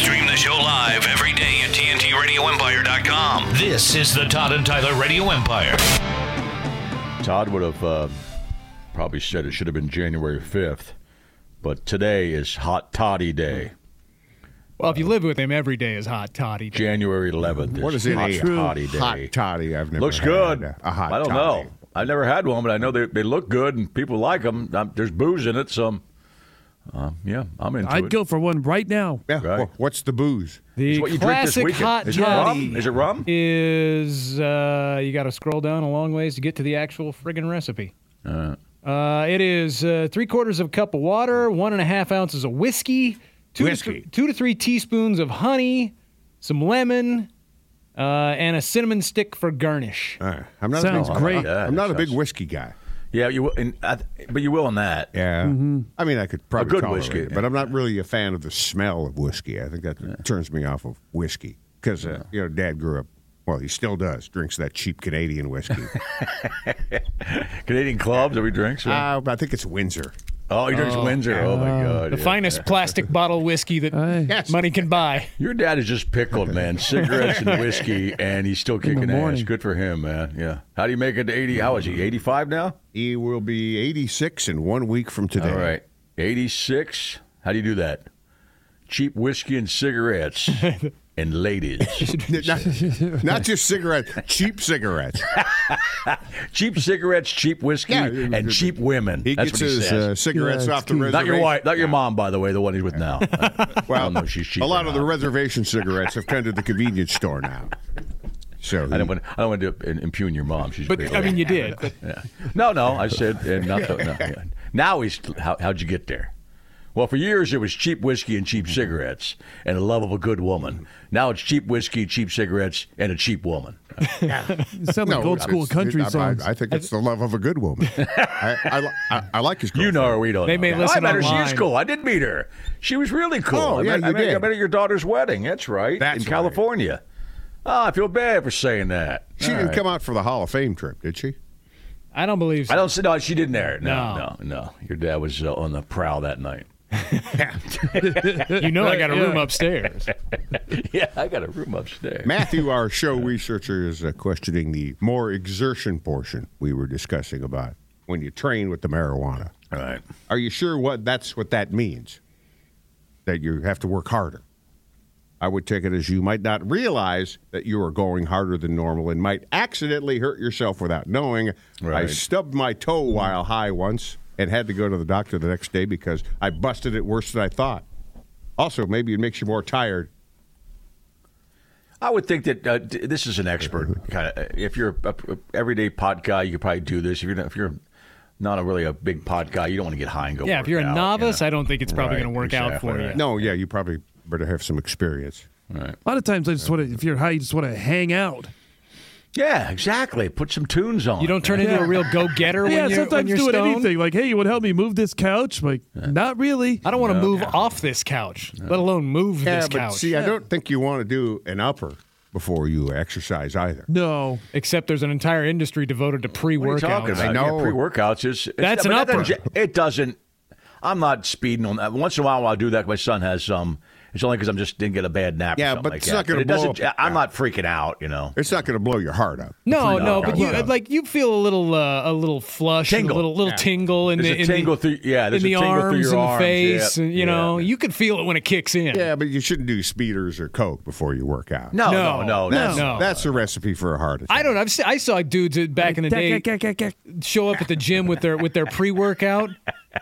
Stream the show live every day at TNTRadioEmpire.com. This is the Todd and Tyler Radio Empire. Todd would have uh, probably said it should have been January 5th, but today is Hot Toddy Day. Well, if you live with him, every day is hot toddy. day. January 11th is What is it? Hot a Toddy Day. hot toddy. I've never Looks had good. A hot I don't toddy. know. I've never had one, but I know they, they look good and people like them. i there's booze in it, so um, uh, yeah, I'm into it. I'd go for one right now. Yeah. Oh, Right. wh- What's the booze? The It's what you drink this classic weekend. hot is toddy it rum? Is it rum? is uh, you got to scroll down a long ways to get to the actual friggin' recipe. Uh, it is uh, three quarters of a cup of water, one and a half ounces of whiskey, two, To, Whiskey. th- two to three teaspoons of honey, some lemon, uh, and a cinnamon stick for garnish. Uh, I'm not Sounds a big, great. Yeah, I'm not a that big sounds- whiskey guy. Yeah, you will, and I, but you will on that. Yeah. Mm-hmm. I mean, I could probably good tolerate whiskey, it, but I'm not really a fan of the smell of whiskey. I think that turns me off of whiskey because uh, you know, Dad grew up. Well, he still does. Drinks that cheap Canadian whiskey. Canadian clubs, are we drinks? or- uh, but I think it's Windsor. oh, he drinks Windsor. Oh my God, Uh, The yeah. finest plastic bottle whiskey that Yes. money can buy. Your dad is just pickled, man. Cigarettes and whiskey, and he's still kicking ass. morning. Good for him, man. Yeah. How do you make it to 80? How is he? 85 now? He will be 86 in one week from today. All right. 86. How do you do that? Cheap whiskey and cigarettes and ladies. Not, not just cigarettes, cheap cigarettes. cheap cigarettes, cheap whiskey, Yeah. and cheap women. He That's gets what he his uh, says. cigarettes Yeah, off the it's not reservation. your wife, not your mom, by the way, the one he's with now. I Well, don't know if she's cheap a or lot of the not. reservation cigarettes have come to the convenience store now. So I don't want. I don't want to impugn your mom. She's But pretty I old. mean, you did. But No, no, I said, and not the, no, yeah. now he's, how, how'd you get there? Well, for years it was cheap whiskey and cheap cigarettes and a love of a good woman. Now it's cheap whiskey, cheap cigarettes, and a cheap woman. It sounds like old school it's- country I, I- songs. I think it's the love of a good woman. I, I, li- I, I like his. Girlfriend. You know her, we don't. They know. may her. listen I met her. She online. is cool. I did meet her. She was really cool. Oh, I met, yeah, I you met, I did. met at your daughter's wedding. That's right. That's in right. California. Oh, I feel bad for saying that. Ah. She All didn't right. come out for the Hall of Fame trip, did she? I don't believe so. I don't see. No, she didn't there. No, no, no. Your dad was uh, on the prowl that night. you know I got a room upstairs. yeah, I got a room upstairs. Matthew, our show researcher, is uh, questioning the more exertion portion we were discussing about when you train with the marijuana. All right. Are you sure what that's what that means? That you have to work harder. I would take it as you might not realize that you are going harder than normal and might accidentally hurt yourself without knowing. I Right. stubbed my toe while high once and had to go to the doctor the next day because I busted it worse than I thought. Also, maybe it makes you more tired. I would think that uh, d- this is an expert kind of. If you're a, a everyday pot guy, you could probably do this. If you're not, if you're not a really a big pot guy, you don't want to get high and go. Yeah, if work you're a out, novice, you know? I don't think it's probably Right, going to work out exactly for right. you. No, yeah, you probably better have some experience. a lot of times, I just want to. If you're high, you just want to hang out. yeah, exactly. Put some tunes on. You don't turn into a real go-getter when yeah, you're when sometimes you're doing stoned. anything like, "Hey, you want to help me move this couch?" I'm like, not really. I don't want to move off this couch, let alone move Yeah, this but couch. see, I don't think you want to do an upper before you exercise either. No, Except there's an entire industry devoted to What are you pre-workouts. talking about? I know. Yeah, pre-workouts is it's- That's but an that upper. doesn't- It doesn't. I'm not speeding on that. Once in a while, I'll do that. My son has some, It's only because I'm just didn't get a bad nap. or Yeah, something but like it's that. not gonna But it doesn't- blow up- I'm not freaking out. You know, It's not going to blow your heart up. No, no, God, but you no. like you feel a little uh, a little flush, and a Tingle. little little tingle in There's the a in the- tingle through- yeah, in there's a the tingle through arms, your in the arms, face. yeah, and, you yeah. know, you could feel it when it kicks in. Yeah, but you shouldn't do speeders or coke before you work out. no, No, no, no, that's, no. that's a recipe for a heart attack. I don't. know. I've se- I saw dudes at- back in the day show up at the gym with their with their pre workout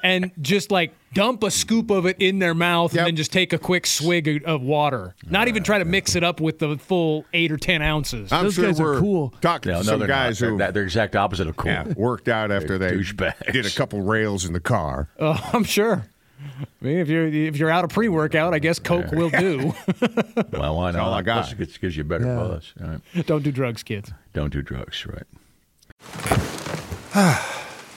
and just like dump a scoop of it in their mouth Yep. and then just take a quick swig of- of water. Not even try to mix it up with the full eight or ten ounces. I'm Those sure guys are we're cool. talking No, to no, some they're guys not. who They're- they're, exact opposite of cool. yeah, worked out after they They're douchebags. did a couple rails in the car. Oh, I'm sure. I mean, if you're if you're out of pre workout, I guess Coke will do. Well, why not? all I got. Plus, it gives- gives you a better buzz. All right. Don't do drugs, kids. Don't do drugs, right?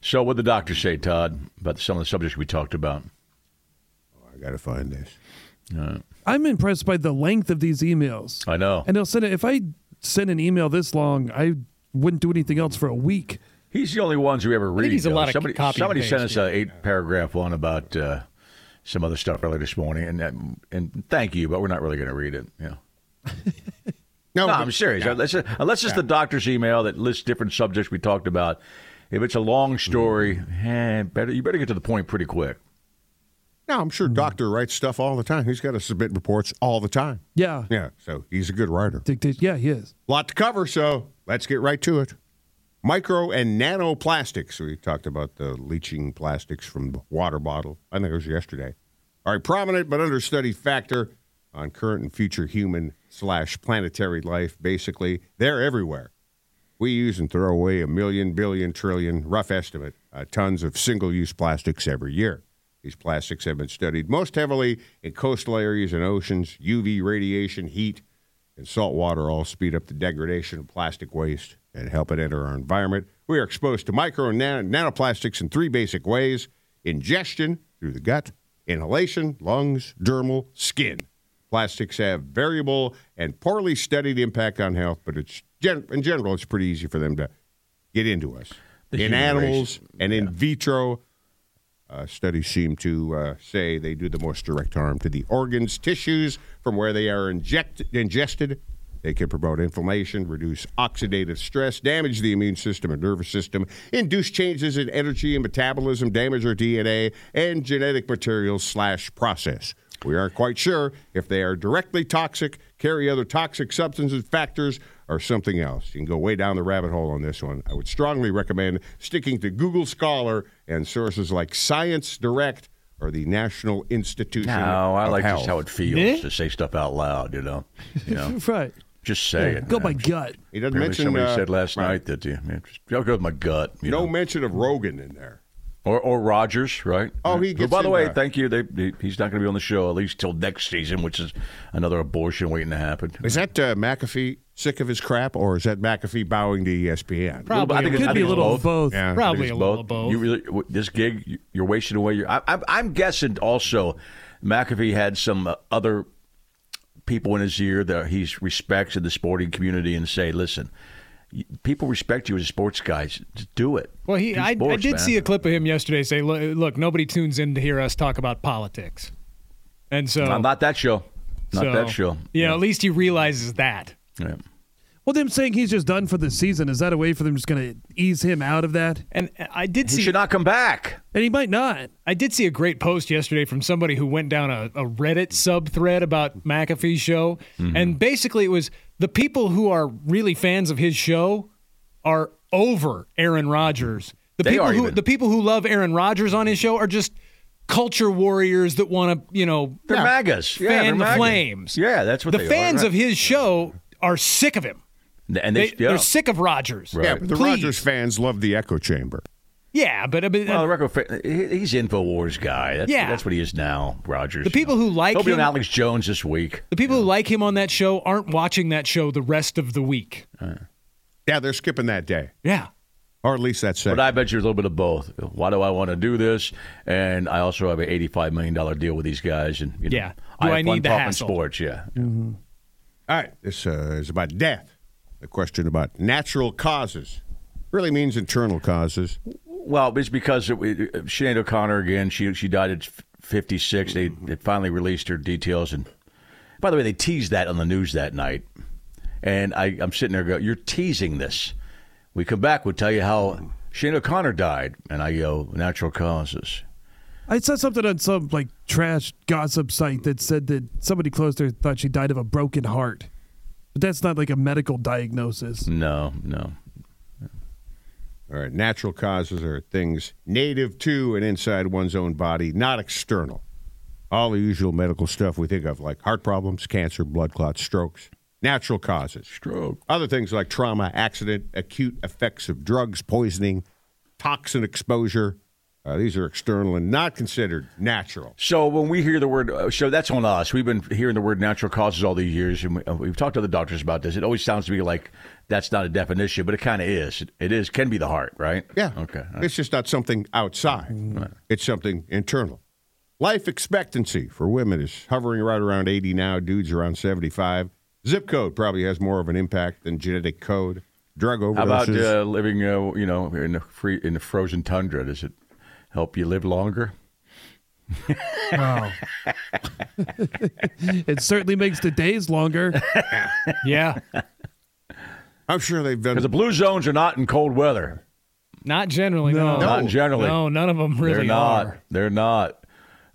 So, what did the doctor say, Todd, about some of the subjects we talked about? Uh, I got to find this. I'm impressed by the length of these emails. I know. And they'll send it. If I send an email this long, I wouldn't do anything else for a week. He's the only ones who ever read. he's a though. lot of somebody, copy and Somebody sent paste, us an eight-paragraph one about uh, some other stuff earlier this morning, and that, and thank you, but we're not really going to read it. Yeah. No, No, but- I'm serious. Unless, unless it's the doctor's email that lists different subjects we talked about. If it's a long story, Mm-hmm. eh, better you better get to the point pretty quick. No, I'm sure Doctor writes stuff all the time. He's got to submit reports all the time. Yeah. Yeah, so he's a good writer. Dictate. Yeah, he is. lot to cover, so let's get right to it. Micro and nanoplastics. We talked about the leaching plastics from the water bottle. I think it was yesterday. Are a prominent but understudied factor on current and future human slash planetary life. Basically, they're everywhere. We use and throw away a million, billion, trillion, rough estimate, uh, tons of single use plastics every year. These plastics have been studied most heavily in coastal areas and oceans. UV radiation, heat, and salt water all speed up the degradation of plastic waste and help it enter our environment. We are exposed to micro and nan- nanoplastics in three basic ways ingestion through the gut, inhalation, lungs, dermal, skin. Plastics have variable and poorly studied impact on health, but it's gen- in general, it's pretty easy for them to get into us. The in human animals and in vitro, uh, studies seem to uh, say they do the most direct harm to the organs, tissues from where they are inject- ingested. They can promote inflammation, reduce oxidative stress, damage the immune system and nervous system, induce changes in energy and metabolism, damage our DNA and genetic materials slash process. We aren't quite sure if they are directly toxic, carry other toxic substances, factors, or something else. You can go way down the rabbit hole on this one. I would strongly recommend sticking to Google Scholar and sources like Science Direct or the National Institution. No, I of like Health. just how it feels Yeah? to say stuff out loud. You know, you know, Right. just say it. Go man. by gut. He doesn't Apparently mention somebody uh, said last right. night that you yeah, just, I'll go with my gut. You No know. mention of Rogan in there. or or Rogers, right? Oh, he Who, gets by the in way, the- thank you. They, they- he's not going to be on the show at least till next season, which is another abortion waiting to happen. Is that uh, McAfee sick of his crap, or is that McAfee bowing to E ESPN? Probably I think a it's- Could I think be a it's little both. of both. Yeah. Probably a It's little of both. You really, w- this gig, you- you're wasting away. Your, I, I, I'm guessing also McAfee had some uh, other people in his ear that he respects in the sporting community and say, listen, y- people respect you as a sports guy. Just do it. well, he, Do I, I sports, did man. see a clip of him yesterday say, "Look, look, nobody tunes in to hear us talk about politics," and so No, not that show. Not so, that show. Yeah, at least he realizes that. Yeah. Well, them saying he's just done for the season is that a way for them just going to ease him out of that? And I did He see should not come back. And he might not. I did see a great post yesterday from somebody who went down a, a Reddit sub thread about McAfee's show. Mm-hmm. And basically, it was the people who are really fans of his show are over Aaron Rodgers. The They people are who even. the people who love Aaron Rodgers on his show are just culture warriors that want to, you know, They're MAGAs. Yeah, they're fan the MAGAs. flames. Yeah, that's what the they are, fans right. of his show are sick of him. And They, they, yeah. They're sick of Rodgers. Right. Yeah, but the Please. Rogers fans love the echo chamber. Yeah, but, uh, I mean, Well, the record, fa- he- he's Infowars guy. That's, Yeah. that's what he is now. Rogers. the people who like he'll be on him Alex Jones this week. The people who like him on that show aren't watching that show the rest of the week. Yeah, they're skipping that day, Yeah. or at least that's But it. I bet you a little bit of both. Why do I want to do this? And I also have an eighty-five million dollar deal with these guys. And you know, Yeah. Do have I fun need the talking hassle? sports. Yeah. All right, this uh, is about death. The question about natural causes really means internal causes. Well, it's because it, it, uh, Sinead O'Connor again. She she died at f- 56. They they finally released her details, and by the way, they teased that on the news that night. And I, I'm sitting there, go, you're teasing this. We come back, we'll tell you how Sinead O'Connor died, and I go natural causes. I saw something on some like trash gossip site that said that somebody close to her thought she died of a broken heart. But that's not like a medical diagnosis. No, no. All right, natural causes are things native to and inside one's own body, not external. All the usual medical stuff we think of, like heart problems, cancer, blood clots, strokes. Natural causes. Stroke. Other things like trauma, accident, acute effects of drugs, poisoning, toxin exposure. Uh, these are external and not considered natural. So when we hear the word, uh, so that's on us. We've been hearing the word natural causes all these years, and we, uh, we've talked to the doctors about this. It always sounds to me like that's not a definition, but it kind of is. It, it is can be the heart, right? Mm. Yeah. Okay. It's just not something outside. It's something internal. Life expectancy for women is hovering right around 80 now, dudes around 75. Zip code probably has more of an impact than genetic code. Drug overdoses. How about uh, living, uh, you know, in the free in the frozen tundra? Does it help you live longer? Wow. it certainly makes the days longer. Yeah. I'm sure they've done Because the blue zones are not in cold weather. Not generally. No. Not generally. No, none of them really They're not. are. They're not.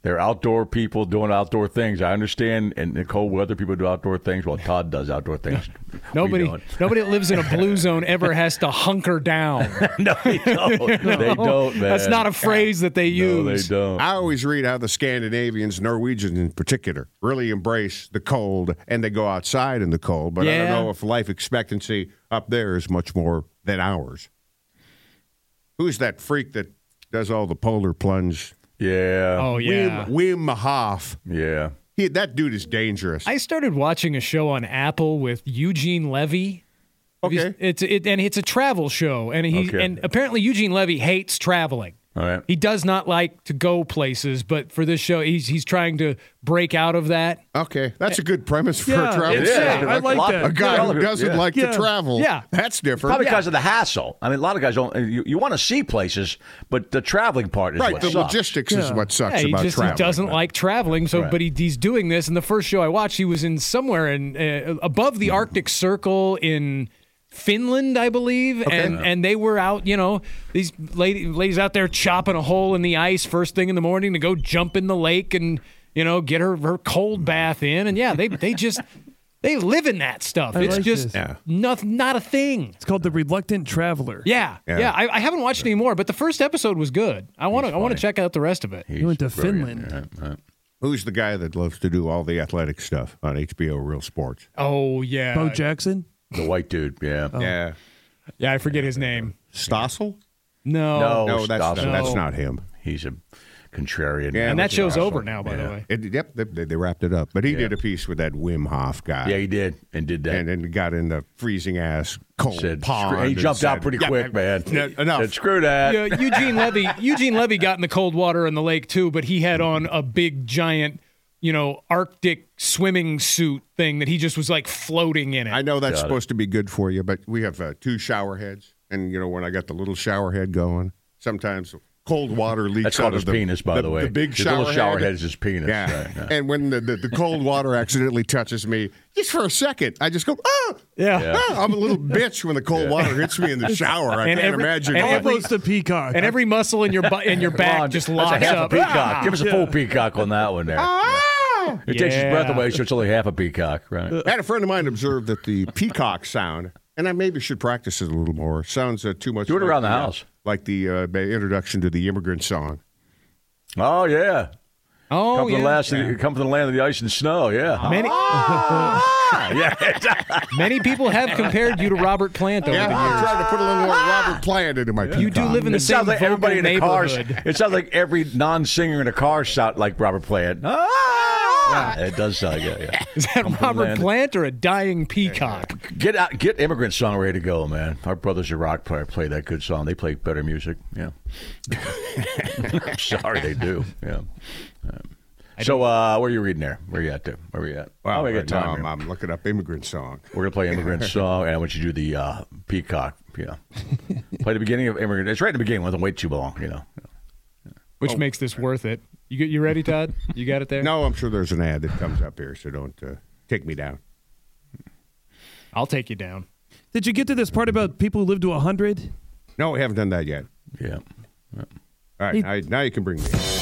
They're outdoor people doing outdoor things. I understand. In the cold weather, people do outdoor things. Well, Todd does outdoor things. We Nobody, don't. nobody that lives in a blue zone ever has to hunker down. No, they don't. They don't, man. That's not a phrase that they No, they use. don't. I always read how the Scandinavians, Norwegians in particular, really embrace the cold and they go outside in the cold. But I Yeah. don't know if life expectancy up there is much more than ours. Who's that freak that does all the polar plunge? Yeah. Oh yeah. Wim, Wim Hof. Yeah. He, that dude is dangerous. I started watching a show on Apple with Eugene Levy. Have you- Okay. It's it, and it's a travel show, and he Okay. and apparently Eugene Levy hates traveling. All right. He does not like to go places, but for this show, he's he's trying to break out of that. okay, that's a good premise for Yeah, a travel it is. show. I like lot- that. A guy who doesn't Yeah. like Yeah. to travel. Yeah. That's different. Probably because of the hassle. I mean, a lot of guys don't. uh, You, you want to see places, but the traveling part is right, what the sucks. logistics is Yeah. what sucks Yeah, he about just he traveling. doesn't like traveling. So, but he, he's doing this. And the first show I watched, he was in somewhere in uh, above the Arctic Circle in Finland, I believe. And and they were out, you know, these lady, ladies out there chopping a hole in the ice first thing in the morning to go jump in the lake and you know get her her cold bath in. And yeah, they they just they live in that stuff. I it's like just this. Yeah. nothing, not a thing. It's called the reluctant traveler. Yeah, yeah. I, I haven't watched any more, but the first episode was good. I want to I want to check out the rest of it. He went to Finland. Who's the guy that loves to do all the athletic stuff on HBO Real Sports? Oh yeah, Bo Jackson. The white dude. Oh. Yeah. Oh. Yeah. Yeah, I forget his name. Stossel? No. No. No, that's, Stossel. that's not him. He's a contrarian. Yeah, And that that's show's over now, by the way. It, yep, they, they wrapped it up. But he did a piece with that Wim Hof guy. Yeah, he did and did that. and then got in the freezing ass cold said, pond. screw- he and jumped said, out pretty "Yeah, quick, man. No, enough. Said, screw that. Yeah, Eugene Levy. Eugene Levy got in the cold water in the lake too, but he had on a big giant, you know, Arctic swimming suit thing that he just was like floating in it. I know that's supposed to be good for you, but we have uh, two shower heads, and you know when I got the little shower head going, sometimes cold water leaks That's out called of his the, penis, by the, way. The big His shower little shower head. head is his penis. Yeah. Right, yeah. And when the, the, the cold water accidentally touches me, just for a second, I just go, oh, Yeah. I'm a little bitch when the cold water hits me in the shower. I And can't every- imagine. and what- every- Almost a peacock. And every muscle in your bu- in your back Ron, just that's locks a half up. A peacock. Ah! Give us a full peacock on that one there. Ah! It takes his Yeah. Uh. breath away, so it's only half a peacock, right? I had a friend of mine observe that the peacock sound, and I maybe should practice it a little more. Sounds uh, too much. Do it like around the house. like the uh, ba- introduction to the immigrant song. Oh yeah. Oh, Come from yeah. the last, come from the land of the ice and snow. Yeah. Ah, Many, many people have compared you to Robert Plant over Yeah, the Ah! I'm trying to put a little more Robert Plant into my peacock. You do live in the It same sounds like everybody in vulgar a car. neighborhood. It sounds like every non-singer in a car sound like Robert Plant. Ah! It does sound like that. Yeah. Is that Come from Robert land- Plant or a dying peacock? Get out, get immigrant song ready to go, man. Our brothers are rock player play that good song. They play better music. Yeah. I'm sorry, they do. Yeah. Um, so, uh, where are you reading there? Where are you at? There? Where are you at? Wow, oh, we got right now time. I'm, here. I'm looking up immigrant song. We're gonna play immigrant song, and I want you to do the uh, peacock. Yeah. play the beginning of immigrant. It's right at the beginning. Wasn't wait too long. You know. Which Oh. makes this worth it. You get you ready, Todd? You got it there? No, I'm sure there's an ad that comes up here, so don't uh, take me down. I'll take you down. Did you get to this part about people who live to 100? No, we haven't done that yet. Yeah. All right, now, now you can bring me. in.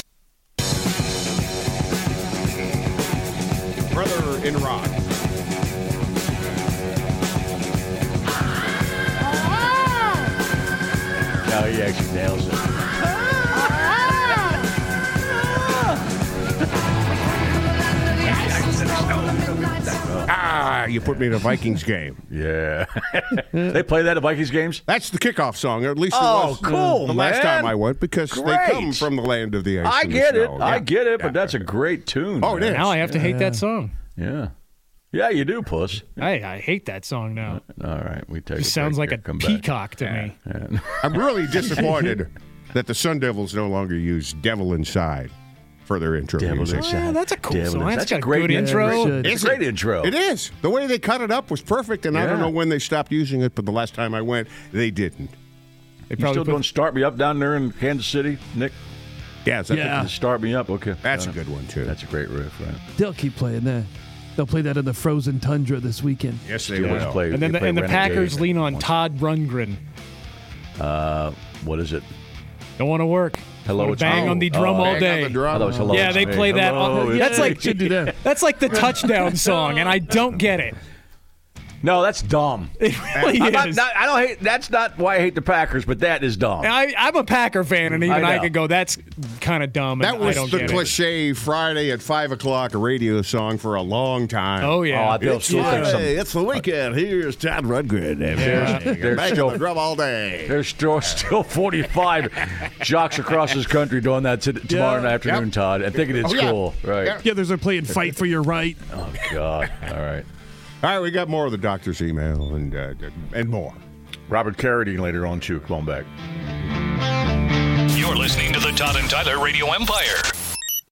Brother in rock. No, Oh, he actually nails it. Ah, you put me in a Vikings game. Yeah. they play that at Vikings games? That's the kickoff song, or at least it Oh, was cool, the man. last time I went because Great. they come from the land of the ice. I and the get it. snow. Yeah. I get it, Yeah. but that's a great tune. Oh, it man. is. Now I have to hate that song. Yeah. Yeah, you do, puss. I, I hate that song now. All right, we take It a just sounds Uh, break like here. a Come back. peacock to me. I'm really disappointed that the Sun Devils no longer use "Devil Inside" for their intro Devil music. Inside. Well, that's a cool Devil song. Inside. That's got a good great intro. Yeah, it It's a great intro. It is. The way they cut it up was perfect, and I don't Yeah. know when they stopped using it, but the last time I went, they didn't. They You still put- don't start me up down there in Kansas City, Nick? Yeah, is that the- Yeah. You start me up, okay. that's a Got it. good one too. That's a great riff, right? They'll keep playing that. They'll play that in the frozen tundra this weekend. yes, they They always will. play- and then they the, play and the Renegade Packers lean on once. Todd Rundgren. What is it? Don't want to work. Hello, Wanna it's bang me. on the Oh, drum all Bang on day. the drum. I thought it was hello, yeah, it's they me. play that. Hello, on, it's that's me. like Should do that. that's like the touchdown song, and I don't get it. No, that's dumb. It really I'm not- is. not- I don't hate. That's not why I hate the Packers, but that is dumb. I, I'm a Packer fan, and even I I, know. could go. That's kind of dumb. That and I was don't the get it. cliche Friday at five o'clock radio song for a long time. Oh Oh, yeah. I feel still think some it's the weekend. Here's Todd Rudgren. There's still- drum all day. There's still, still 45 jocks across this country doing that t- tomorrow afternoon, Yep. Todd, and thinking it's Oh, yeah. cool. Right. Yeah. Yeah, there's a playing Fight for Your Right. Oh, God. All right. All right, we got more of the doctor's email and uh, and more. Robert Carradine later on, too. Come on back. You're listening to the Todd and Tyler Radio Empire.